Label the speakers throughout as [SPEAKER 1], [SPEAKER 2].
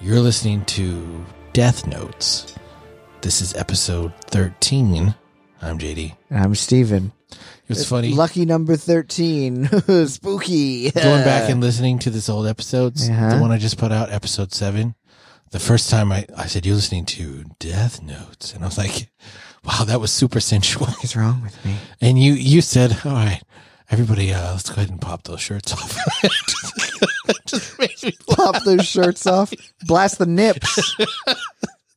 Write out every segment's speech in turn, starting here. [SPEAKER 1] You're listening to Death Notes. This is episode 13. I'm JD.
[SPEAKER 2] I'm Steven.
[SPEAKER 1] It's funny
[SPEAKER 2] Lucky number 13. Spooky.
[SPEAKER 1] going back and listening to this old episode,
[SPEAKER 2] Uh-huh.
[SPEAKER 1] the one I just put out, episode 7. The first time I, I said, You're listening to Death Notes. And I was like, Wow, that was super sensual.
[SPEAKER 2] What's wrong with me?
[SPEAKER 1] And you, you said, All right, everybody, uh, let's go ahead and pop those shirts off. just makes me laugh.
[SPEAKER 2] Pop those shirts off. Blast the nips.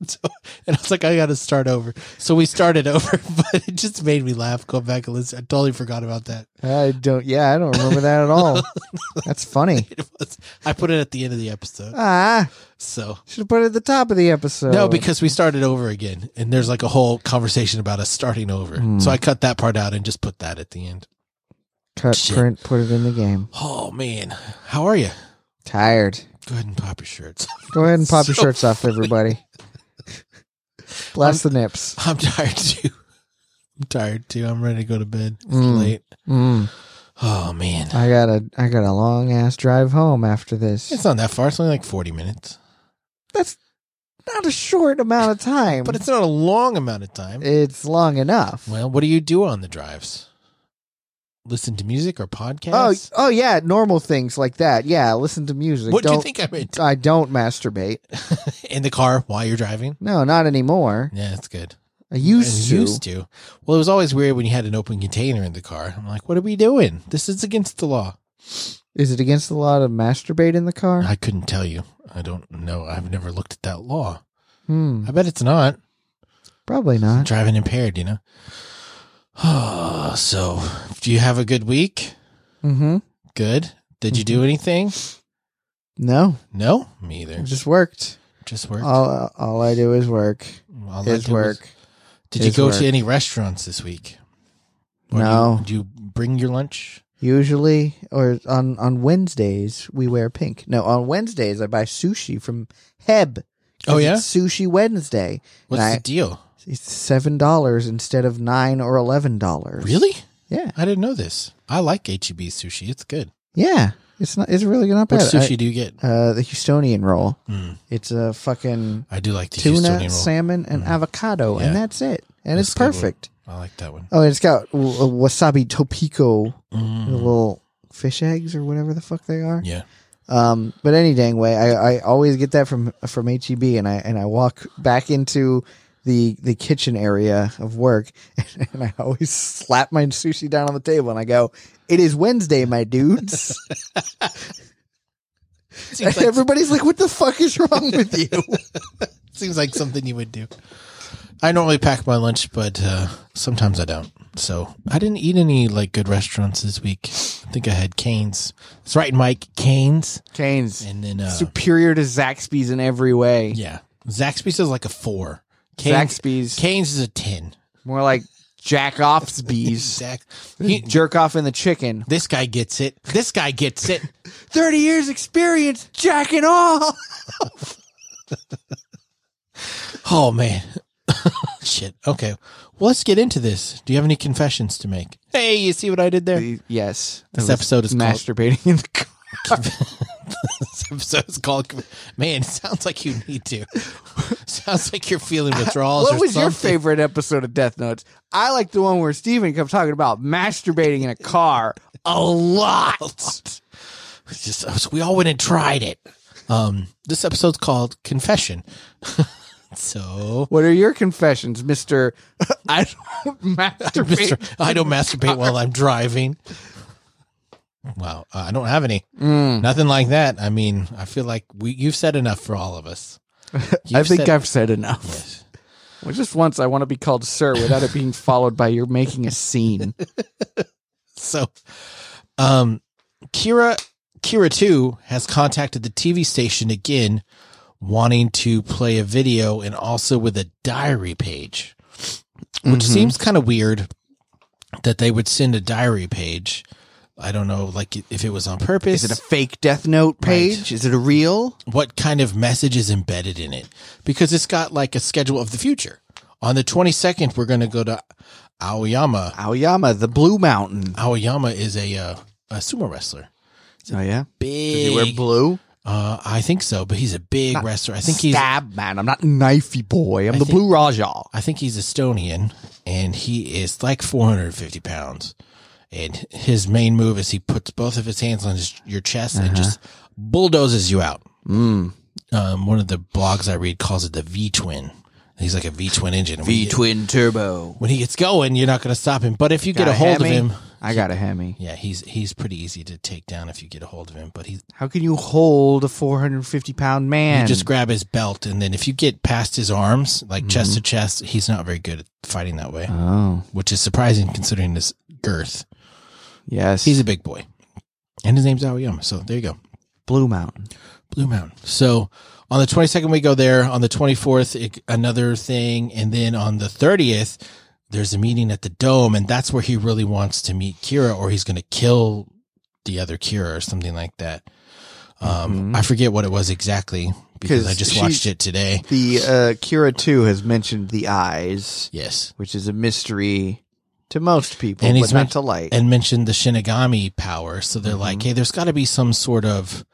[SPEAKER 1] So- and I was like, I got to start over. So we started over, but it just made me laugh. Go back and listen. I totally forgot about that.
[SPEAKER 2] I don't, yeah, I don't remember that at all. That's funny.
[SPEAKER 1] It was, I put it at the end of the episode.
[SPEAKER 2] Ah,
[SPEAKER 1] So
[SPEAKER 2] should have put it at the top of the episode.
[SPEAKER 1] no, because we started over again, and there's like a whole conversation about us starting over.
[SPEAKER 2] Hmm.
[SPEAKER 1] So I cut that part out and just put that at the end.
[SPEAKER 2] Cut,
[SPEAKER 1] Shit.
[SPEAKER 2] print, put it in the game.
[SPEAKER 1] Oh man, how are you?
[SPEAKER 2] Tired.
[SPEAKER 1] Go ahead and pop your shirts.
[SPEAKER 2] Go ahead and pop your
[SPEAKER 1] So
[SPEAKER 2] shirts off, everybody. Blast the nips.
[SPEAKER 1] I'm tired too. I'm tired too. I'm ready to go to bed. It's
[SPEAKER 2] Mm.
[SPEAKER 1] late.
[SPEAKER 2] Mm.
[SPEAKER 1] Oh man,
[SPEAKER 2] I got a, I got a long ass drive home after
[SPEAKER 1] it's
[SPEAKER 2] this.
[SPEAKER 1] not that far. It's only like 40 minutes,
[SPEAKER 2] That's not a short amount of time,
[SPEAKER 1] but it's not a long amount of time.
[SPEAKER 2] it's long enough.
[SPEAKER 1] Well, what do you do on the drives? Listen to music or podcasts?
[SPEAKER 2] Oh, oh yeah, normal things like that. Yeah, listen to music.
[SPEAKER 1] what do
[SPEAKER 2] Oh, don't,
[SPEAKER 1] you think I meant?
[SPEAKER 2] I don't masturbate.
[SPEAKER 1] In the car while you're driving?
[SPEAKER 2] No, not anymore.
[SPEAKER 1] Yeah, that's good.
[SPEAKER 2] I used
[SPEAKER 1] I
[SPEAKER 2] to.
[SPEAKER 1] used to. Well, it was always weird when you had an open container in the car. I'm like, what are we doing? This is against the law.
[SPEAKER 2] Is it against the law to masturbate in the car?
[SPEAKER 1] I couldn't tell you. I don't know. I've never looked at that law.
[SPEAKER 2] Hmm,
[SPEAKER 1] I bet it's not.
[SPEAKER 2] probably not.
[SPEAKER 1] Driving impaired, you know? Oh, so, do you have a good week?
[SPEAKER 2] Mm-hmm.
[SPEAKER 1] Good. Did you do anything?
[SPEAKER 2] No,
[SPEAKER 1] No, me either.
[SPEAKER 2] it just worked.
[SPEAKER 1] Just work.
[SPEAKER 2] All all I do is work.
[SPEAKER 1] All I
[SPEAKER 2] Is
[SPEAKER 1] did was-
[SPEAKER 2] work.
[SPEAKER 1] Did you
[SPEAKER 2] His
[SPEAKER 1] go
[SPEAKER 2] work.
[SPEAKER 1] to any restaurants this week?
[SPEAKER 2] No.
[SPEAKER 1] Do you, do you bring your lunch?
[SPEAKER 2] Usually, or on on Wednesdays we wear pink. No, on Wednesdays I buy sushi from Heb. 'cause
[SPEAKER 1] Oh, yeah?
[SPEAKER 2] it's sushi Wednesday.
[SPEAKER 1] What's
[SPEAKER 2] And I-
[SPEAKER 1] the deal?
[SPEAKER 2] It's seven dollars instead of nine or eleven dollars.
[SPEAKER 1] Really?
[SPEAKER 2] Yeah,
[SPEAKER 1] I didn't know this. I like HEB sushi. It's good.
[SPEAKER 2] yeah. It's not. It's really not
[SPEAKER 1] What
[SPEAKER 2] bad.
[SPEAKER 1] sushi do you get?
[SPEAKER 2] I- uh, the Houstonian roll.
[SPEAKER 1] Mm,
[SPEAKER 2] It's a fucking
[SPEAKER 1] I do like the
[SPEAKER 2] tuna,
[SPEAKER 1] Houstonian roll.
[SPEAKER 2] salmon, and
[SPEAKER 1] Mhm.
[SPEAKER 2] avocado,
[SPEAKER 1] Yeah.
[SPEAKER 2] and that's it. And
[SPEAKER 1] That's
[SPEAKER 2] it's
[SPEAKER 1] a good one.
[SPEAKER 2] perfect.
[SPEAKER 1] I like that one.
[SPEAKER 2] Oh, and it's got w- a wasabi topiko, the
[SPEAKER 1] Mm,
[SPEAKER 2] little fish eggs or whatever the fuck they are.
[SPEAKER 1] yeah.
[SPEAKER 2] Um, but any dang way, I, I always get that from from HEB, and I and I walk back into the the kitchen area of work, and, I always slap my sushi down on the table, and I go, "It is Wednesday, my dudes."
[SPEAKER 1] Seems like,
[SPEAKER 2] Everybody's like, "What the fuck is wrong with you?"
[SPEAKER 1] seems like something you would do. I normally pack my lunch, but uh, sometimes I don't. So I didn't eat any like good restaurants this week. I think I had Canes. That's right, Mike. Canes,
[SPEAKER 2] Canes
[SPEAKER 1] and then uh,
[SPEAKER 2] superior to Zaxby's in every way.
[SPEAKER 1] yeah, Zaxby's is like a four. Canes,
[SPEAKER 2] Zaxby's
[SPEAKER 1] Canes is a ten.
[SPEAKER 2] more like Jack Off's bees.
[SPEAKER 1] Zach, he-
[SPEAKER 2] Jerk off in the chicken.
[SPEAKER 1] this guy gets it. This guy gets it.
[SPEAKER 2] Thirty years experience jacking off.
[SPEAKER 1] Oh man, shit. Okay, well let's get into this. Do you have any confessions to make? Hey, you see what I did there?
[SPEAKER 2] Yes,
[SPEAKER 1] This episode is called.
[SPEAKER 2] masturbating in the car.
[SPEAKER 1] this episode is called. Man, it sounds like you need to. sounds like you're feeling withdrawals.
[SPEAKER 2] What
[SPEAKER 1] or
[SPEAKER 2] was your
[SPEAKER 1] something.
[SPEAKER 2] favorite episode of Death Notes? I like the one where Steven kept talking about masturbating in a car a lot.
[SPEAKER 1] It's Just we all went and tried it. Um, this episode's called Confession. so.
[SPEAKER 2] What are your confessions, Mister? I don't masturbate.
[SPEAKER 1] Mr. I don't masturbate while I'm driving. Wow, uh, I don't have any.
[SPEAKER 2] Mm.
[SPEAKER 1] Nothing like that. I mean, I feel like we you've said enough for all of us.
[SPEAKER 2] I
[SPEAKER 1] You've
[SPEAKER 2] think
[SPEAKER 1] said-
[SPEAKER 2] I've said enough.
[SPEAKER 1] Yes.
[SPEAKER 2] Well, just once, I want to be called Sir without it being followed by you're making a scene.
[SPEAKER 1] So, um, Kira Kira Two has contacted the TV station again, wanting to play a video and also with a diary page, which
[SPEAKER 2] Mhm.
[SPEAKER 1] seems kind of weird that they would send a diary page. I don't know, like if it was on purpose.
[SPEAKER 2] Is it a fake Death Note page? Is it a real?
[SPEAKER 1] what kind of message is embedded in it because it's got like a schedule of the future. On the 22nd, we're going to go to Aoyama.
[SPEAKER 2] Aoyama, the Blue Mountain.
[SPEAKER 1] Aoyama is a uh, a sumo wrestler.
[SPEAKER 2] Oh yeah,
[SPEAKER 1] Big.
[SPEAKER 2] Does he wear blue?
[SPEAKER 1] Uh, I think so, but he's a big wrestler. I think he's
[SPEAKER 2] Stab man. I'm not knifey boy. I'm
[SPEAKER 1] I
[SPEAKER 2] the
[SPEAKER 1] think-
[SPEAKER 2] blue Rajah.
[SPEAKER 1] I think he's Estonian, and he is like 450 pounds. And his main move is he puts both of his hands on his, your chest and just bulldozes you out.
[SPEAKER 2] Uh-huh. Mm.
[SPEAKER 1] Um, one of the blogs I read calls it the V twin. He's like a V twin engine. When he get-
[SPEAKER 2] twin turbo.
[SPEAKER 1] When he gets going, you're not going to stop him. But if you get
[SPEAKER 2] Got
[SPEAKER 1] a
[SPEAKER 2] a
[SPEAKER 1] hold of
[SPEAKER 2] Hemi?
[SPEAKER 1] him,
[SPEAKER 2] I got a Hemi.
[SPEAKER 1] yeah, he's he's pretty easy to take down if you get a hold of him. But he
[SPEAKER 2] How can you hold a 450 pound man?
[SPEAKER 1] you just grab his belt, and then if you get past his arms, like chest to chest, he's not very good at fighting that way,
[SPEAKER 2] oh
[SPEAKER 1] which is surprising considering his girth.
[SPEAKER 2] yes,
[SPEAKER 1] He's a big boy. And his name's Aoyama. So there you go.
[SPEAKER 2] Blue Mountain.
[SPEAKER 1] Blue Mountain. So on the 22nd, we go there. On the 24th, it, another thing. And then on the 30th, there's a meeting at the Dome. And that's where he really wants to meet Kira or he's going to kill the other Kira or something like that. Um, I forget what it was exactly because
[SPEAKER 2] 'Cause
[SPEAKER 1] I just
[SPEAKER 2] she-
[SPEAKER 1] watched it today.
[SPEAKER 2] The uh, Kira too has mentioned the eyes,
[SPEAKER 1] Yes.
[SPEAKER 2] which is a mystery to most people,
[SPEAKER 1] And he's
[SPEAKER 2] but
[SPEAKER 1] men-
[SPEAKER 2] not to light.
[SPEAKER 1] And mentioned the Shinigami power. So they're like, hey, there's got to be some sort of,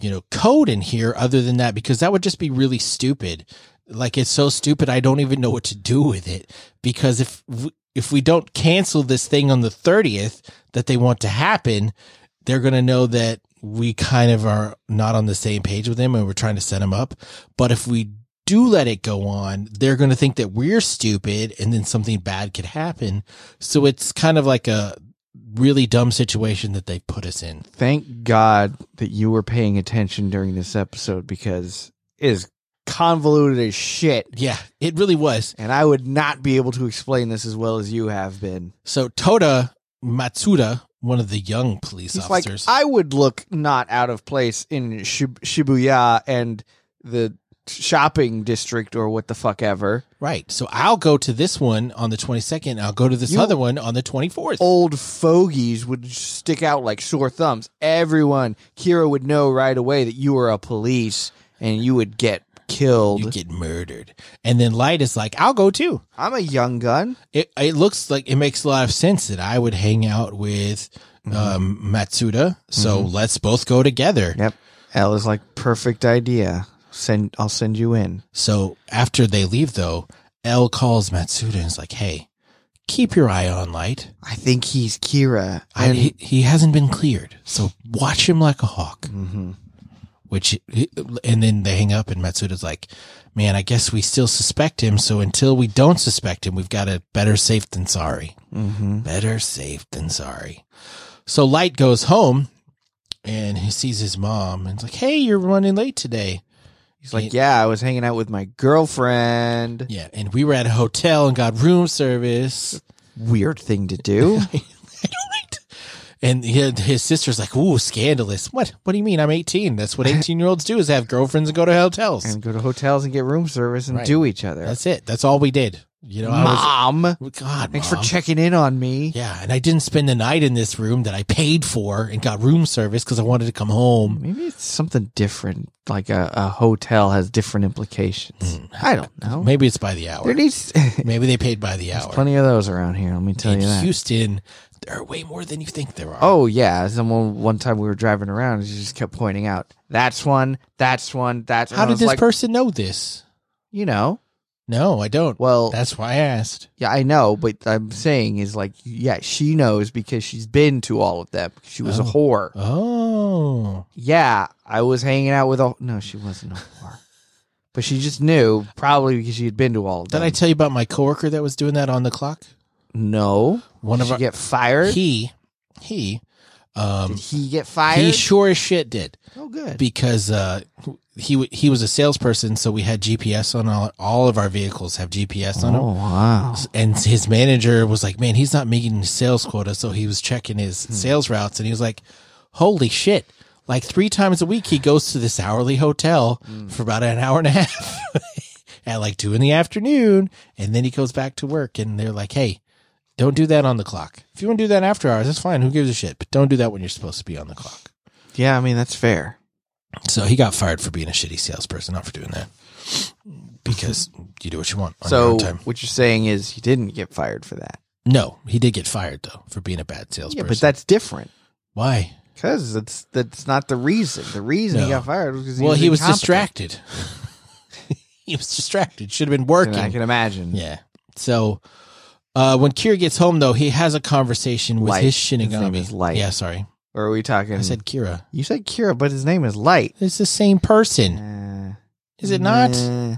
[SPEAKER 1] you know, code in here other than that, because that would just be really stupid. Like it's so stupid, I don't even know what to do with it. Because if w- if we don't cancel this thing on the thirtieth that they want to happen, they're going to know that we kind of are not on the same page with them and we're trying to set them up. But if we do let it go on, they're going to think that we're stupid and then something bad could happen. So it's kind of like a really dumb situation that they put us in.
[SPEAKER 2] Thank God that you were paying attention during this episode because it is convoluted as shit,
[SPEAKER 1] Yeah, it really was.
[SPEAKER 2] and I would not be able to explain this as well as you have been.
[SPEAKER 1] So Toda Matsuda, one of the young police
[SPEAKER 2] He's like,
[SPEAKER 1] officers.
[SPEAKER 2] I would look not out of place in Shib- Shibuya and the shopping district or what the fuck ever.
[SPEAKER 1] right. So I'll go to this one on the 22nd. I'll go to this
[SPEAKER 2] You-
[SPEAKER 1] other one on the 24th.
[SPEAKER 2] Old fogies would stick out like sore thumbs. Everyone, Kira would know right away that you were a police and you would get killed.
[SPEAKER 1] you get murdered. And then Light is like, I'll go too.
[SPEAKER 2] I'm a young gun.
[SPEAKER 1] it it looks like it makes a lot of sense that I would hang out with
[SPEAKER 2] Mm-hmm.
[SPEAKER 1] um, Matsuda. So let's both go together.
[SPEAKER 2] Yep. L is like perfect idea. Send I'll send you in.
[SPEAKER 1] So after they leave, though, L calls Matsuda and is like, "Hey, keep your eye on Light.
[SPEAKER 2] I think he's Kira.
[SPEAKER 1] I, he, he hasn't been cleared, so watch him like a hawk."
[SPEAKER 2] mm-hmm.
[SPEAKER 1] Which and then they hang up, and Matsuda's like, "Man, I guess we still suspect him. So until we don't suspect him, we've got a better safe than sorry."
[SPEAKER 2] Mm-hmm.
[SPEAKER 1] Better safe than sorry. So Light goes home and he sees his mom and it's like, Hey, you're running late today.
[SPEAKER 2] He's like, yeah, I was hanging out with my girlfriend.
[SPEAKER 1] Yeah. And we were at a hotel and got room service.
[SPEAKER 2] Weird thing to do.
[SPEAKER 1] Right. And he- his sister's like, Ooh, scandalous. What? What do you mean? I'm 18. That's what 18 year olds do is have girlfriends and go to hotels.
[SPEAKER 2] and go to hotels and get room service and
[SPEAKER 1] Right.
[SPEAKER 2] do each other.
[SPEAKER 1] That's it. That's all we did. You know, I
[SPEAKER 2] Mom,
[SPEAKER 1] was, God,
[SPEAKER 2] thanks
[SPEAKER 1] Mom.
[SPEAKER 2] for checking in on me.
[SPEAKER 1] Yeah. And I didn't spend the night in this room that I paid for and got room service because I wanted to come home.
[SPEAKER 2] Maybe it's something different. Like a, a hotel has different implications. I don't know.
[SPEAKER 1] Hmm. Maybe it's by the hour.
[SPEAKER 2] there needs
[SPEAKER 1] Maybe they paid by the hour.
[SPEAKER 2] plenty of those around here. Let me tell
[SPEAKER 1] in
[SPEAKER 2] you that.
[SPEAKER 1] Houston, there are way more than you think there are.
[SPEAKER 2] Oh yeah, someone one time we were driving around and she just kept pointing out that's one, that's one, that's. and
[SPEAKER 1] how
[SPEAKER 2] I
[SPEAKER 1] did
[SPEAKER 2] was
[SPEAKER 1] this
[SPEAKER 2] like,
[SPEAKER 1] person know this?
[SPEAKER 2] You know,
[SPEAKER 1] No, I don't.
[SPEAKER 2] well,
[SPEAKER 1] That's why I asked.
[SPEAKER 2] yeah, I know, but I'm saying is like, yeah, she knows because she's been to all of them. She was a
[SPEAKER 1] Oh.
[SPEAKER 2] whore.
[SPEAKER 1] Oh,
[SPEAKER 2] Yeah, I was hanging out with a. No, she wasn't a whore. but she just knew, probably because she had been to all of
[SPEAKER 1] did
[SPEAKER 2] them.
[SPEAKER 1] I tell you about my coworker that was doing that on the clock?
[SPEAKER 2] no.
[SPEAKER 1] One
[SPEAKER 2] Did
[SPEAKER 1] of
[SPEAKER 2] she
[SPEAKER 1] our
[SPEAKER 2] get fired?
[SPEAKER 1] he he um
[SPEAKER 2] Did he get fired?
[SPEAKER 1] he sure as shit did
[SPEAKER 2] oh, good.
[SPEAKER 1] because uh he w- he was a salesperson, so we had GPS on all all of our vehicles have GPS on them.
[SPEAKER 2] oh, wow.
[SPEAKER 1] and his manager was like, "Man, he's not making his sales quota." So he was checking his sales routes, and he was like, "Holy shit!" Like three times a week, he goes to this hourly hotel for about an hour and a half at like two in the afternoon, and then he goes back to work. And they're like, "Hey, don't do that on the clock. If you want to do that after hours, that's fine. Who gives a shit? But don't do that when you're supposed to be on the clock."
[SPEAKER 2] Yeah, I mean, that's fair.
[SPEAKER 1] So he got fired for being a shitty salesperson, not for doing that, because you do what you want on your
[SPEAKER 2] So,
[SPEAKER 1] own time.
[SPEAKER 2] what you're saying is he didn't get fired for that.
[SPEAKER 1] No, he did get fired though for being a bad salesperson.
[SPEAKER 2] Yeah, but that's different.
[SPEAKER 1] Why?
[SPEAKER 2] Because that's that's not the reason. The reason he
[SPEAKER 1] No.
[SPEAKER 2] got fired was because he
[SPEAKER 1] well,
[SPEAKER 2] was
[SPEAKER 1] he was
[SPEAKER 2] incompetent.
[SPEAKER 1] distracted. he was distracted. Should have been
[SPEAKER 2] And I
[SPEAKER 1] working.
[SPEAKER 2] can imagine.
[SPEAKER 1] Yeah. So uh, when Kira gets home, though, he has a conversation with
[SPEAKER 2] Light.
[SPEAKER 1] his
[SPEAKER 2] name
[SPEAKER 1] Shinigami.
[SPEAKER 2] is Light.
[SPEAKER 1] Yeah, sorry.
[SPEAKER 2] Or are we talking?
[SPEAKER 1] I said Kira.
[SPEAKER 2] you said Kira, but his name is Light.
[SPEAKER 1] It's the same person,
[SPEAKER 2] Uh,
[SPEAKER 1] Mm. is it not?
[SPEAKER 2] nah.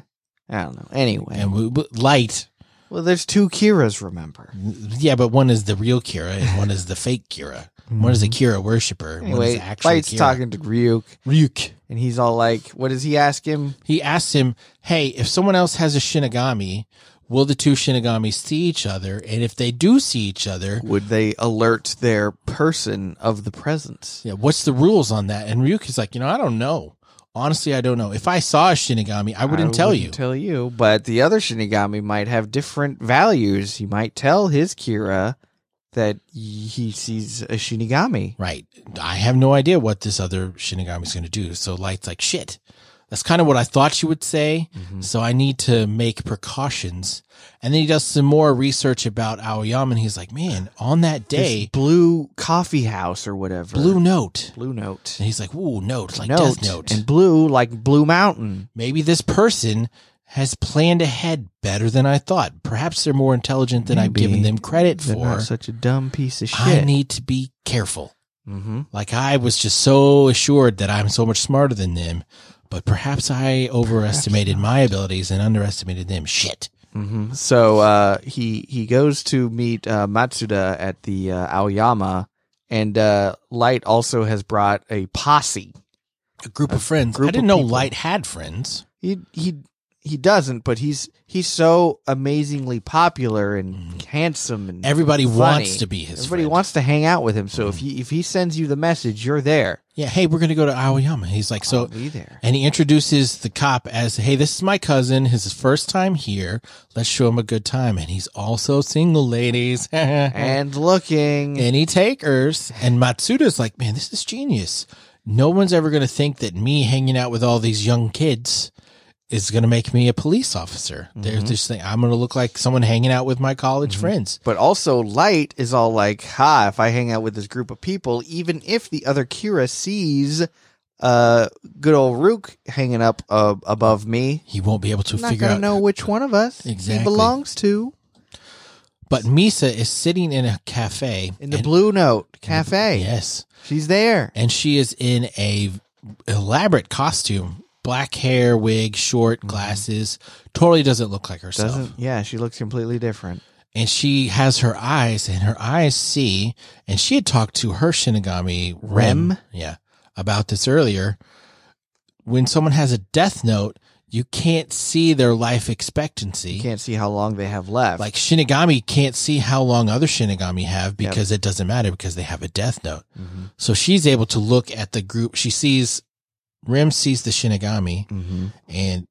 [SPEAKER 2] I don't know. Anyway,
[SPEAKER 1] And we, we- Light.
[SPEAKER 2] well, there's two Kiras. Remember?
[SPEAKER 1] Yeah, but one is the real Kira and one is the fake Kira. One is a Kira worshiper. and one is
[SPEAKER 2] Mm-hmm. Anyway,
[SPEAKER 1] actually
[SPEAKER 2] Light's
[SPEAKER 1] Kira.
[SPEAKER 2] talking to Ryuk,
[SPEAKER 1] Ryuk.
[SPEAKER 2] and he's all like, "What does he ask him?"
[SPEAKER 1] He asks him, "Hey, if someone else has a Shinigami, will the two Shinigamis see each other? And if they do see each other,
[SPEAKER 2] Would they alert their person of the presence?
[SPEAKER 1] Yeah, what's the rules on that? And Ryuk is like, you know, I don't know. Honestly, I don't know. If I saw a Shinigami, I wouldn't tell
[SPEAKER 2] wouldn't
[SPEAKER 1] you.
[SPEAKER 2] Tell you, but the other Shinigami might have different values. He might tell his Kira that he sees a Shinigami.
[SPEAKER 1] right. I have no idea what this other Shinigami's going to do. So Light's like, shit. That's kind of what I thought she would say.
[SPEAKER 2] Mm-hmm.
[SPEAKER 1] So I need to make precautions. And then he does some more research about Aoyama and he's like, man, on that
[SPEAKER 2] This
[SPEAKER 1] day,
[SPEAKER 2] blue coffee house or whatever.
[SPEAKER 1] Blue Note.
[SPEAKER 2] blue note.
[SPEAKER 1] And he's like, ooh, note, like
[SPEAKER 2] note,
[SPEAKER 1] Death Note.
[SPEAKER 2] and blue like blue mountain.
[SPEAKER 1] Maybe this person has planned ahead better than I thought. Perhaps they're more intelligent than I've
[SPEAKER 2] Maybe.
[SPEAKER 1] given them credit
[SPEAKER 2] They're
[SPEAKER 1] for.
[SPEAKER 2] not such a dumb piece of shit.
[SPEAKER 1] I need to be careful.
[SPEAKER 2] mm-hmm.
[SPEAKER 1] Like I was just so assured that I'm so much smarter than them, but perhaps I overestimated my abilities and underestimated them. Shit.
[SPEAKER 2] hmm So uh, he he goes to meet uh, Matsuda at the uh, Aoyama, and uh, Light also has brought a posse.
[SPEAKER 1] A group of friends.
[SPEAKER 2] group
[SPEAKER 1] I didn't
[SPEAKER 2] of
[SPEAKER 1] know
[SPEAKER 2] people.
[SPEAKER 1] Light had friends.
[SPEAKER 2] He he he doesn't, but he's he's so amazingly popular and handsome, and
[SPEAKER 1] Everybody
[SPEAKER 2] Funny.
[SPEAKER 1] wants to be his
[SPEAKER 2] everybody
[SPEAKER 1] friend.
[SPEAKER 2] wants to hang out with him. So if he if he sends you the message, you're there.
[SPEAKER 1] yeah, hey, we're gonna go to Aoyama. He's like, so
[SPEAKER 2] I'll be there.
[SPEAKER 1] and he introduces the cop as, hey, this is my cousin. His first time here. Let's show him a good time. And he's also single, ladies.
[SPEAKER 2] And looking,
[SPEAKER 1] any takers. And Matsuda's like, man, this is genius. No one's ever going to think that me hanging out with all these young kids is going to make me a police officer. There's
[SPEAKER 2] Mm-hmm.
[SPEAKER 1] this thing, I'm going to look like someone hanging out with my college friends.
[SPEAKER 2] But also, Light is all like, ha, if I hang out with this group of people, even if the other Kira sees uh, good old Rook hanging up uh, above me,
[SPEAKER 1] He won't be able to
[SPEAKER 2] I'm not
[SPEAKER 1] figure
[SPEAKER 2] going to
[SPEAKER 1] out.
[SPEAKER 2] know which one of us he
[SPEAKER 1] Exactly.
[SPEAKER 2] belongs to
[SPEAKER 1] But Misa is sitting in a cafe.
[SPEAKER 2] in the
[SPEAKER 1] and-
[SPEAKER 2] Blue Note Cafe.
[SPEAKER 1] Yes.
[SPEAKER 2] She's there.
[SPEAKER 1] And she is in a elaborate costume black hair, wig, short,
[SPEAKER 2] Mm-hmm.
[SPEAKER 1] glasses. Totally doesn't look like herself.
[SPEAKER 2] Doesn't, yeah, she looks completely different.
[SPEAKER 1] and she has her eyes and her eyes see and she had talked to her shinigami rem,
[SPEAKER 2] Rem?
[SPEAKER 1] yeah about this earlier when someone has a death note you can't see their life expectancy
[SPEAKER 2] You can't see how long they have left.
[SPEAKER 1] like shinigami can't see how long other shinigami have
[SPEAKER 2] Yep.
[SPEAKER 1] because it doesn't matter because they have a death note
[SPEAKER 2] Mhm.
[SPEAKER 1] so she's able to look at the group she sees rem sees the shinigami
[SPEAKER 2] Mhm.
[SPEAKER 1] and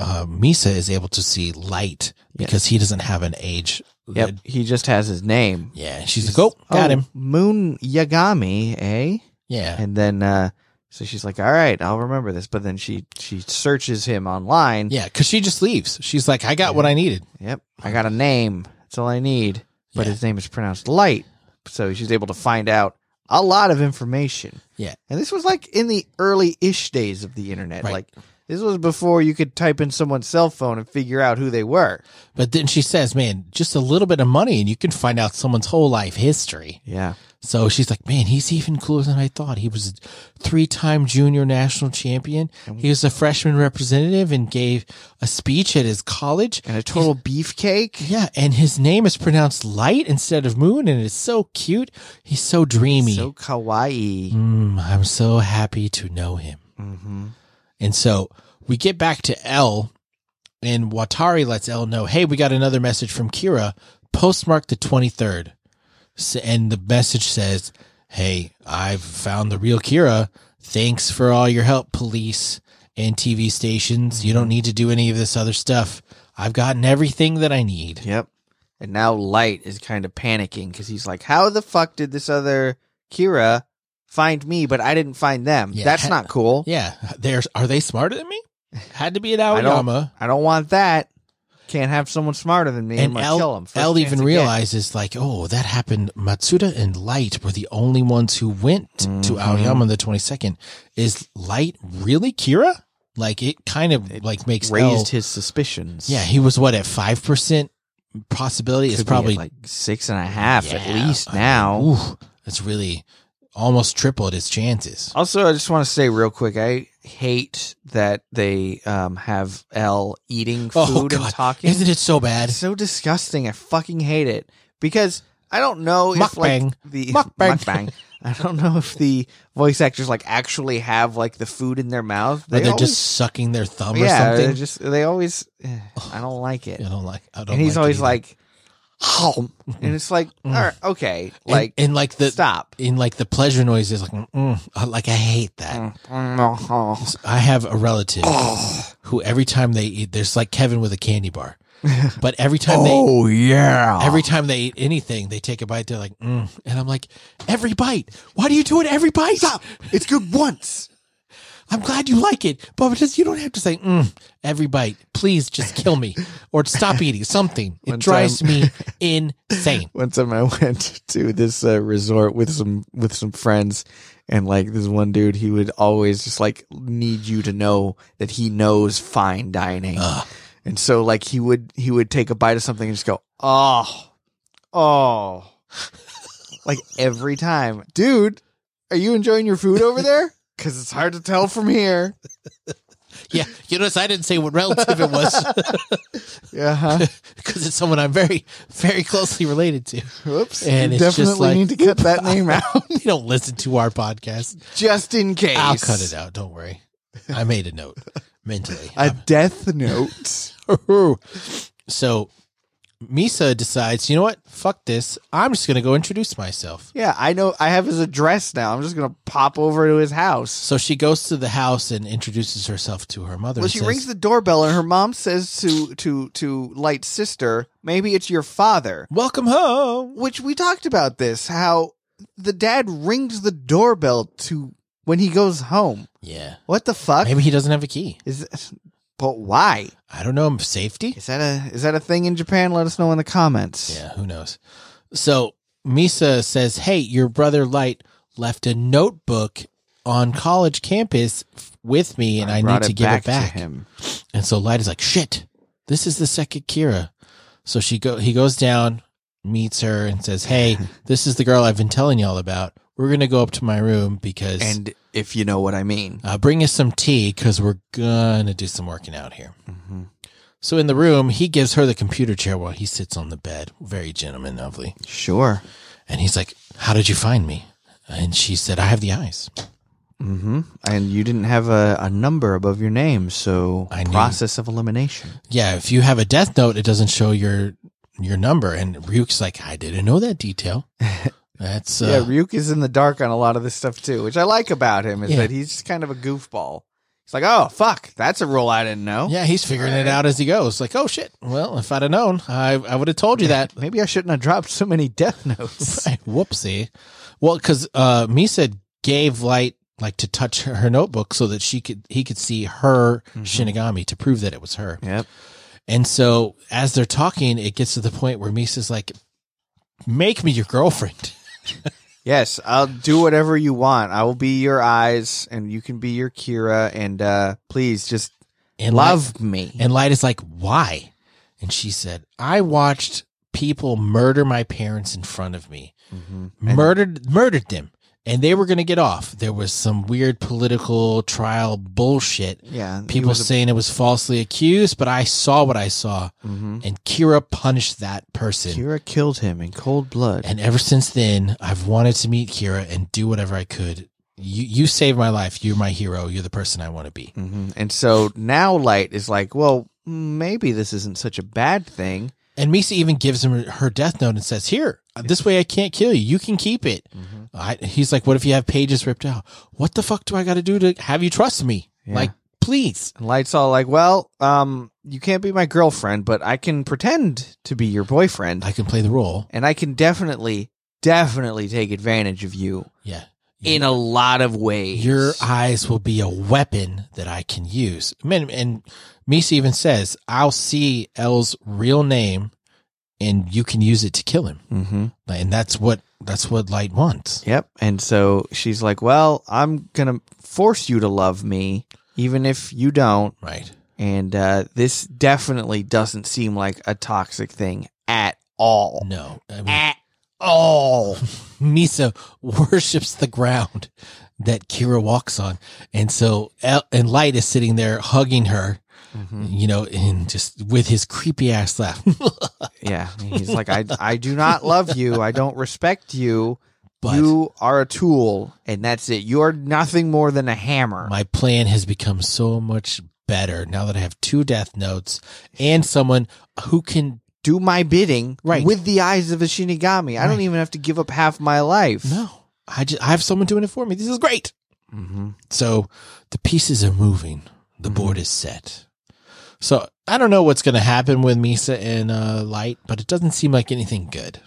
[SPEAKER 1] uh, misa is able to see light because he doesn't have an age
[SPEAKER 2] Yep, he just has his name.
[SPEAKER 1] yeah, she's, like, oh, got him.
[SPEAKER 2] Moon Yagami, eh?
[SPEAKER 1] Yeah,
[SPEAKER 2] and then uh so she's like all right i'll remember this but then she she searches him online
[SPEAKER 1] yeah, because she just leaves. She's like, I got what I needed.
[SPEAKER 2] yep i got a name that's all i need but
[SPEAKER 1] Yeah.
[SPEAKER 2] his name is pronounced light so she's able to find out a lot of information
[SPEAKER 1] Yeah.
[SPEAKER 2] and this was like in the early ish days of the internet
[SPEAKER 1] Right.
[SPEAKER 2] like this was before you could type in someone's cell phone and figure out who they were
[SPEAKER 1] But then she says, man, just a little bit of money and you can find out someone's whole life history.
[SPEAKER 2] yeah
[SPEAKER 1] So she's like, man, he's even cooler than I thought. He was a three time junior national champion. He was a freshman representative and gave a speech at his college.
[SPEAKER 2] and a total beefcake
[SPEAKER 1] Yeah, and his name is pronounced light instead of moon, and it's so cute. He's so dreamy.
[SPEAKER 2] so kawaii
[SPEAKER 1] Mm, I'm so happy to know him.
[SPEAKER 2] mm-hmm.
[SPEAKER 1] And so we get back to L, and Watari lets L know, hey, we got another message from Kira, postmarked the 23rd. S- And the message says, hey, I've found the real Kira. Thanks for all your help, police and TV stations. You
[SPEAKER 2] Mm-hmm.
[SPEAKER 1] don't need to do any of this other stuff. I've gotten everything that I need.
[SPEAKER 2] Yep. And now Light is kind of panicking because he's like, "How the fuck did this other Kira find me, but I didn't find them?
[SPEAKER 1] Yeah.
[SPEAKER 2] That's not cool.
[SPEAKER 1] Yeah, there's, are they smarter than me? Had to be an
[SPEAKER 2] I don't-
[SPEAKER 1] Aoyama.
[SPEAKER 2] I don't want that." Can't have someone smarter than me. I'm
[SPEAKER 1] and
[SPEAKER 2] gonna
[SPEAKER 1] El,
[SPEAKER 2] kill him. first
[SPEAKER 1] El
[SPEAKER 2] chance
[SPEAKER 1] even
[SPEAKER 2] I get.
[SPEAKER 1] realizes, like, oh, that happened. Matsuda and Light were the only ones who went to
[SPEAKER 2] Mhm.
[SPEAKER 1] Aoyama on the 22nd. Is Light really Kira? Like, it kind of like makes El-
[SPEAKER 2] raised his suspicions.
[SPEAKER 1] Yeah, he was what at five percent possibility.
[SPEAKER 2] Could
[SPEAKER 1] It's
[SPEAKER 2] be at,
[SPEAKER 1] probably
[SPEAKER 2] like six and a half at
[SPEAKER 1] Yeah. Uh,
[SPEAKER 2] least now.
[SPEAKER 1] ooh, it's really almost tripled his chances.
[SPEAKER 2] Also, I just want to say real quick, I hate that they um, have L eating food
[SPEAKER 1] Oh,
[SPEAKER 2] and
[SPEAKER 1] God.
[SPEAKER 2] talking.
[SPEAKER 1] Isn't it so bad?
[SPEAKER 2] It's so disgusting. I fucking hate it because I don't know if
[SPEAKER 1] Mukbang.
[SPEAKER 2] like the
[SPEAKER 1] Mukbang.
[SPEAKER 2] mukbang. I don't know if the voice actors like actually have like the food in their mouth.
[SPEAKER 1] They are
[SPEAKER 2] always-
[SPEAKER 1] just sucking their thumb
[SPEAKER 2] yeah,
[SPEAKER 1] or
[SPEAKER 2] they're
[SPEAKER 1] something.
[SPEAKER 2] just they always. eh, I don't like it,
[SPEAKER 1] I don't like. I don't
[SPEAKER 2] and he's
[SPEAKER 1] like it either. Mm.
[SPEAKER 2] always like, home, and it's like, all right, okay, like
[SPEAKER 1] in, in like the
[SPEAKER 2] stop.
[SPEAKER 1] in like the pleasure noise is like mm, mm, I- like I hate that.
[SPEAKER 2] Mm-hmm. Mm,
[SPEAKER 1] I have a relative
[SPEAKER 2] oh.
[SPEAKER 1] who every time they eat, there's like Kevin with a candy bar, but every time they
[SPEAKER 2] Oh. yeah.
[SPEAKER 1] Every time they eat anything, they take a bite. They're like, mm. and I'm like, every bite. Why do you do it every bite?
[SPEAKER 2] Stop. It's good once.
[SPEAKER 1] I'm glad you like it, but just you don't have to say mm, every bite. Please just kill me or stop eating something. It
[SPEAKER 2] One
[SPEAKER 1] drives me insane.
[SPEAKER 2] One time I went to this uh, resort with some with some friends, and like this one dude, he would always just like need you to know that he knows fine dining,
[SPEAKER 1] Ugh.
[SPEAKER 2] and so like he would he would take a bite of something and just go oh oh, like every time, dude. Are you enjoying your food over there? Because it's hard to tell from here.
[SPEAKER 1] Yeah, you notice I didn't say what relative it was
[SPEAKER 2] Yeah. huh
[SPEAKER 1] because it's someone I'm very, very closely related to.
[SPEAKER 2] Whoops.
[SPEAKER 1] And
[SPEAKER 2] you
[SPEAKER 1] it's just
[SPEAKER 2] definitely
[SPEAKER 1] like-
[SPEAKER 2] need to cut that name out
[SPEAKER 1] They don't listen to our podcast.
[SPEAKER 2] just in case.
[SPEAKER 1] I'll cut it out. Don't worry. I made a note mentally.
[SPEAKER 2] A death note.
[SPEAKER 1] so Misa decides, you know what? Fuck this. I'm just going to go introduce myself.
[SPEAKER 2] Yeah, I know. I have his address now. I'm just gonna pop over to his house.
[SPEAKER 1] So she goes to the house and introduces herself to her mother.
[SPEAKER 2] Well,
[SPEAKER 1] and
[SPEAKER 2] she
[SPEAKER 1] says,
[SPEAKER 2] rings the doorbell, and her mom says to to to Light's sister, "Maybe it's your father."
[SPEAKER 1] Welcome home.
[SPEAKER 2] Which we talked about this how the dad rings the doorbell to when he goes home.
[SPEAKER 1] Yeah.
[SPEAKER 2] What the fuck
[SPEAKER 1] Maybe he doesn't have a key.
[SPEAKER 2] is? This, but why
[SPEAKER 1] I don't know. Safety?
[SPEAKER 2] is that a is that a thing in Japan? Let us know in the comments.
[SPEAKER 1] Yeah, who knows? So Misa says, Hey, your brother Light left a notebook on college campus f- with me and I,
[SPEAKER 2] brought
[SPEAKER 1] need to give it back.
[SPEAKER 2] to him.
[SPEAKER 1] And so Light is like, shit, this is the second Kira. So she go he goes down, meets her, and says, Hey, this is the girl I've been telling y'all about. We're gonna go up to my room because
[SPEAKER 2] And if you know what I mean,
[SPEAKER 1] uh, bring us some tea because we're gonna do some working out here. So in the room, he gives her the computer chair while he sits on the bed, very gentleman lovely.
[SPEAKER 2] sure.
[SPEAKER 1] And he's like, How did you find me? And she said, I have the eyes.
[SPEAKER 2] hmm And you didn't have a, a number above your name, so
[SPEAKER 1] I knew.
[SPEAKER 2] process of elimination.
[SPEAKER 1] Yeah, if you have a death note, it doesn't show your your number. And Ryuk's like, I didn't know that detail. That's uh,
[SPEAKER 2] yeah, Ryuk is in the dark on a lot of this stuff too, which I like about him is
[SPEAKER 1] Yeah.
[SPEAKER 2] that he's just kind of a goofball. He's like, oh fuck, that's a rule I didn't know.
[SPEAKER 1] uh, Yeah, he's figuring it out as he goes. Like, oh shit. Well, if I'd have known, I I would have told you that.
[SPEAKER 2] Maybe I shouldn't have dropped so many death notes.
[SPEAKER 1] Whoopsie. Well, because uh, Misa gave Light like to touch her, her notebook so that she could he could see her Shinigami to prove that it was her.
[SPEAKER 2] yep.
[SPEAKER 1] And so as they're talking, it gets to the point where Misa's like, "Make me your girlfriend."
[SPEAKER 2] Yes, I'll do whatever you want. I will be your eyes, and you can be your Kira, and uh, please just
[SPEAKER 1] And Light-
[SPEAKER 2] love me.
[SPEAKER 1] And Light is like, why? And she said, I watched people murder my parents in front of me.
[SPEAKER 2] Mm-hmm.
[SPEAKER 1] Murdered murdered them. And they were gonna get off. There was some weird political trial bullshit.
[SPEAKER 2] yeah, he
[SPEAKER 1] People
[SPEAKER 2] was a-
[SPEAKER 1] saying it was falsely accused, but I saw what I saw.
[SPEAKER 2] Mhm.
[SPEAKER 1] And Kira punished that person.
[SPEAKER 2] Kira killed him in cold blood.
[SPEAKER 1] And ever since then, I've wanted to meet Kira and do whatever I could. You you saved my life. You're my hero. You're the person I want to be.
[SPEAKER 2] hmm And so now Light is like, well, maybe this isn't such a bad thing.
[SPEAKER 1] And Misa even gives him her death note and says, "Here, this way I can't kill you. You can keep it." I, he's like, "What if you have pages ripped out? What the fuck do I got to do to have you trust me?
[SPEAKER 2] Yeah.
[SPEAKER 1] Like, please."
[SPEAKER 2] And Light's all like, well, um, you can't be my girlfriend, but I can pretend to be your boyfriend,
[SPEAKER 1] I can play the role.
[SPEAKER 2] and I can definitely, definitely take advantage of you.
[SPEAKER 1] Yeah.
[SPEAKER 3] in a lot of ways.
[SPEAKER 1] Your eyes will be a weapon that I can use. Man, and Misa even says, I'll see L's real name and you can use it to kill him.
[SPEAKER 2] Mm-hmm.
[SPEAKER 1] And that's what that's what Light wants.
[SPEAKER 2] Yep. And so she's like, "Well, I'm gonna force you to love me, even if you don't."
[SPEAKER 1] Right.
[SPEAKER 2] And uh, this definitely doesn't seem like a toxic thing at all.
[SPEAKER 1] No. I mean,
[SPEAKER 3] at all.
[SPEAKER 1] Oh, Misa worships the ground that Kira walks on. And so El- and Light is sitting there hugging her, you know, and just with his creepy ass laugh.
[SPEAKER 2] Yeah. He's like, "I I do not love you. I don't respect you."
[SPEAKER 1] but
[SPEAKER 2] you are a tool, and that's it. You are nothing more than a hammer.
[SPEAKER 1] my plan has become so much better now that I have two death notes and someone who can
[SPEAKER 2] do my bidding
[SPEAKER 1] Right.
[SPEAKER 2] with the eyes of a Shinigami. I don't
[SPEAKER 1] Right.
[SPEAKER 2] even have to give up half my life.
[SPEAKER 1] no. I just I have someone doing it for me. This is great.
[SPEAKER 2] hmm
[SPEAKER 1] So the pieces are moving. The
[SPEAKER 2] Mhm.
[SPEAKER 1] board is set. So I don't know what's going to happen with Misa and uh, Light, but it doesn't seem like anything good.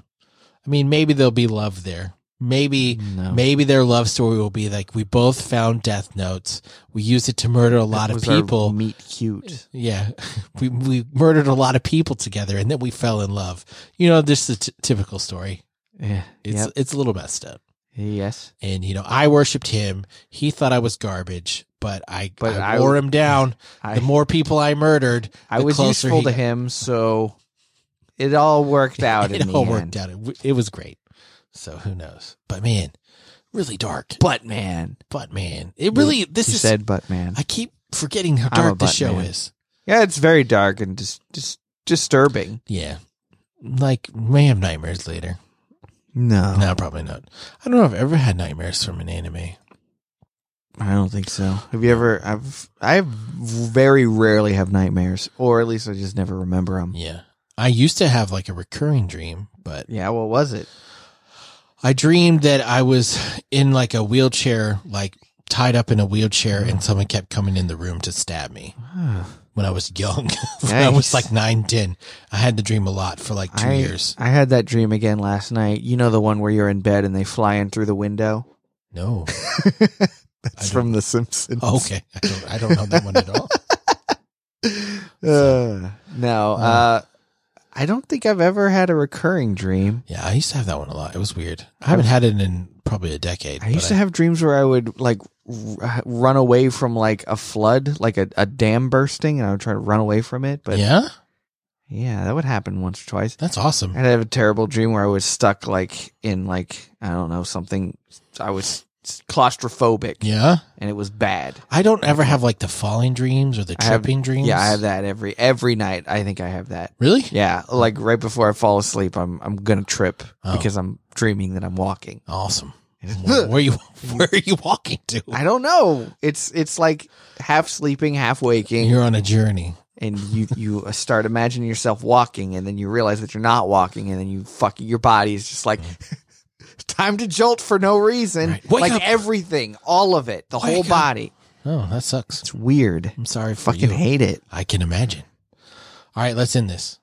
[SPEAKER 1] I mean, maybe there'll be love there. Maybe
[SPEAKER 2] No.
[SPEAKER 1] maybe their love story will be like we both found death notes. We used it to murder a lot of
[SPEAKER 2] Was our
[SPEAKER 1] people.
[SPEAKER 2] meet cute.
[SPEAKER 1] Yeah, we we murdered a lot of people together, and then we fell in love. You know, this is a t- typical story.
[SPEAKER 2] Yeah.
[SPEAKER 1] It's
[SPEAKER 2] Yep.
[SPEAKER 1] it's a little messed up.
[SPEAKER 2] Yes.
[SPEAKER 1] And you know, I worshipped him. He thought I was garbage, but I,
[SPEAKER 2] But
[SPEAKER 1] I
[SPEAKER 2] I-
[SPEAKER 1] wore him down.
[SPEAKER 2] I,
[SPEAKER 1] the more people I murdered,
[SPEAKER 2] I
[SPEAKER 1] the
[SPEAKER 2] was
[SPEAKER 1] closer
[SPEAKER 2] useful
[SPEAKER 1] he-
[SPEAKER 2] to him, so it all worked out
[SPEAKER 1] it
[SPEAKER 2] in the
[SPEAKER 1] all
[SPEAKER 2] end.
[SPEAKER 1] worked out. It, w- it was great. So who knows? But man, really dark.
[SPEAKER 2] Butt man.
[SPEAKER 1] But man, it really this
[SPEAKER 2] you
[SPEAKER 1] is.
[SPEAKER 2] said butt man.
[SPEAKER 1] I keep forgetting how
[SPEAKER 2] I'm a
[SPEAKER 1] dark the
[SPEAKER 2] butt
[SPEAKER 1] show
[SPEAKER 2] man.
[SPEAKER 1] is.
[SPEAKER 2] yeah, it's very dark and just just disturbing.
[SPEAKER 1] Yeah, like may have nightmares later.
[SPEAKER 2] No.
[SPEAKER 1] No, probably not. I don't know if I've ever had nightmares from an anime.
[SPEAKER 2] I don't think so. Have you ever I've I very rarely have nightmares or at least I just never remember them.
[SPEAKER 1] Yeah. I used to have like a recurring dream, but
[SPEAKER 2] Yeah, what was it?
[SPEAKER 1] I dreamed that I was in like a wheelchair, like tied up in a wheelchair, and someone kept coming in the room to stab me when I was young. when I was
[SPEAKER 2] Yikes.
[SPEAKER 1] like nine, ten. I had the dream a lot for like two
[SPEAKER 2] I,
[SPEAKER 1] years.
[SPEAKER 2] I had that dream again last night. You know the one where you're in bed and they fly in through the window?
[SPEAKER 1] No.
[SPEAKER 2] That's
[SPEAKER 1] don't-
[SPEAKER 2] from The Simpsons.
[SPEAKER 1] Okay. I don't, I don't know that one at all.
[SPEAKER 2] Uh, no, uh, I don't think I've ever had a recurring dream.
[SPEAKER 1] Yeah. I used to have that one a lot. It was weird. I haven't had it in probably a decade.
[SPEAKER 2] I
[SPEAKER 1] but
[SPEAKER 2] used to have dreams where I would like r- run away from like a flood, like a, a dam bursting, and I would try to run away from it. But yeah,
[SPEAKER 1] yeah.
[SPEAKER 2] that would happen once or twice.
[SPEAKER 1] That's awesome.
[SPEAKER 2] I'd have a terrible dream where I was stuck like in like I don't know something. I was claustrophobic,
[SPEAKER 1] Yeah.
[SPEAKER 2] and it was bad.
[SPEAKER 1] I don't ever have like the falling dreams or the
[SPEAKER 2] I have-
[SPEAKER 1] tripping dreams.
[SPEAKER 2] Yeah, I have that every every night. I think I have that.
[SPEAKER 1] Really?
[SPEAKER 2] Yeah, like right before I fall asleep, I'm I'm gonna trip
[SPEAKER 1] Oh.
[SPEAKER 2] because I'm dreaming that I'm walking.
[SPEAKER 1] Awesome. Where, where are you where are you walking to?
[SPEAKER 2] I don't know. It's it's like half sleeping, half waking,
[SPEAKER 1] You're on a journey.
[SPEAKER 2] and you you start imagining yourself walking, and then you realize that you're not walking, and then you fucking your body is just like. Time to jolt for no reason.
[SPEAKER 1] Right. Wake
[SPEAKER 2] Like
[SPEAKER 1] up.
[SPEAKER 2] everything, all of it, the
[SPEAKER 1] Wake
[SPEAKER 2] whole
[SPEAKER 1] up.
[SPEAKER 2] body.
[SPEAKER 1] Oh, that sucks.
[SPEAKER 2] It's weird.
[SPEAKER 1] I'm sorry for
[SPEAKER 2] fucking
[SPEAKER 1] you.
[SPEAKER 2] hate it.
[SPEAKER 1] I can imagine. All right, let's end this.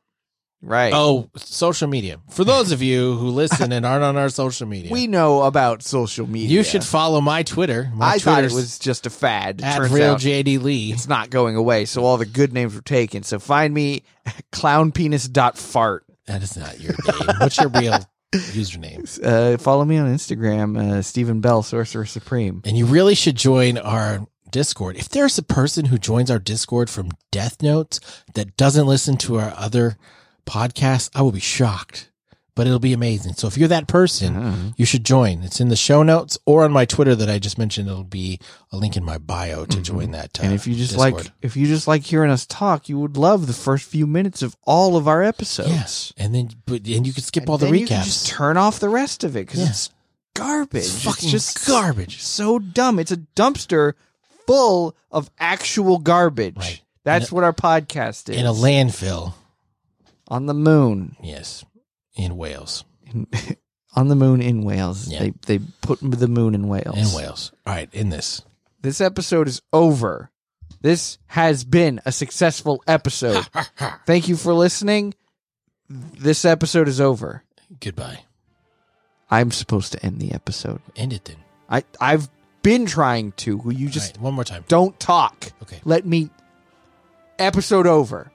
[SPEAKER 2] Right.
[SPEAKER 1] Oh, social media. For those of you who listen and aren't on our social media,
[SPEAKER 2] We know about social media.
[SPEAKER 1] you should follow my Twitter. My
[SPEAKER 2] I thought it
[SPEAKER 1] Twitter's
[SPEAKER 2] was just a fad.
[SPEAKER 1] at
[SPEAKER 2] Turns
[SPEAKER 1] real
[SPEAKER 2] out
[SPEAKER 1] JD Lee.
[SPEAKER 2] it's not going away. So all the good names were taken. So find me clownpenis.fart.
[SPEAKER 1] That is not your name. What's your real username?
[SPEAKER 2] Uh, follow me on Instagram, uh, Stephen Bell, Sorcerer Supreme.
[SPEAKER 1] And you really should join our Discord. If there's a person who joins our Discord from Death Notes that doesn't listen to our other podcasts, I will be shocked. But it'll be amazing. So if you're that
[SPEAKER 2] Mm-hmm.
[SPEAKER 1] person, you should join. It's in the show notes or on my Twitter that I just mentioned. It'll be a link in my bio to join that. Uh,
[SPEAKER 2] Mm-hmm. And if you just
[SPEAKER 1] Discord.
[SPEAKER 2] like, if you just like hearing us talk, you would love the first few minutes of all of our episodes.
[SPEAKER 1] yes, and then but and you can skip
[SPEAKER 2] And
[SPEAKER 1] all the
[SPEAKER 2] then
[SPEAKER 1] recaps.
[SPEAKER 2] you can just turn off the rest of it because
[SPEAKER 1] Yeah.
[SPEAKER 2] it's garbage.
[SPEAKER 1] it's fucking
[SPEAKER 2] just
[SPEAKER 1] garbage.
[SPEAKER 2] so dumb. It's a dumpster full of actual garbage.
[SPEAKER 1] Right.
[SPEAKER 2] That's what our podcast is.
[SPEAKER 1] in a landfill.
[SPEAKER 2] on the moon.
[SPEAKER 1] Yes, in Wales.
[SPEAKER 2] on the moon in Wales.
[SPEAKER 1] Yeah.
[SPEAKER 2] They they put the moon in Wales.
[SPEAKER 1] In Wales. All right, in this.
[SPEAKER 2] This episode is over. This has been a successful episode. Thank you for listening. This episode is over.
[SPEAKER 1] Goodbye.
[SPEAKER 2] I'm supposed to end the episode.
[SPEAKER 1] End it then.
[SPEAKER 2] I I've been trying to. Will you just
[SPEAKER 1] All right, one more time.
[SPEAKER 2] don't talk?
[SPEAKER 1] Okay.
[SPEAKER 2] Let me. Episode over.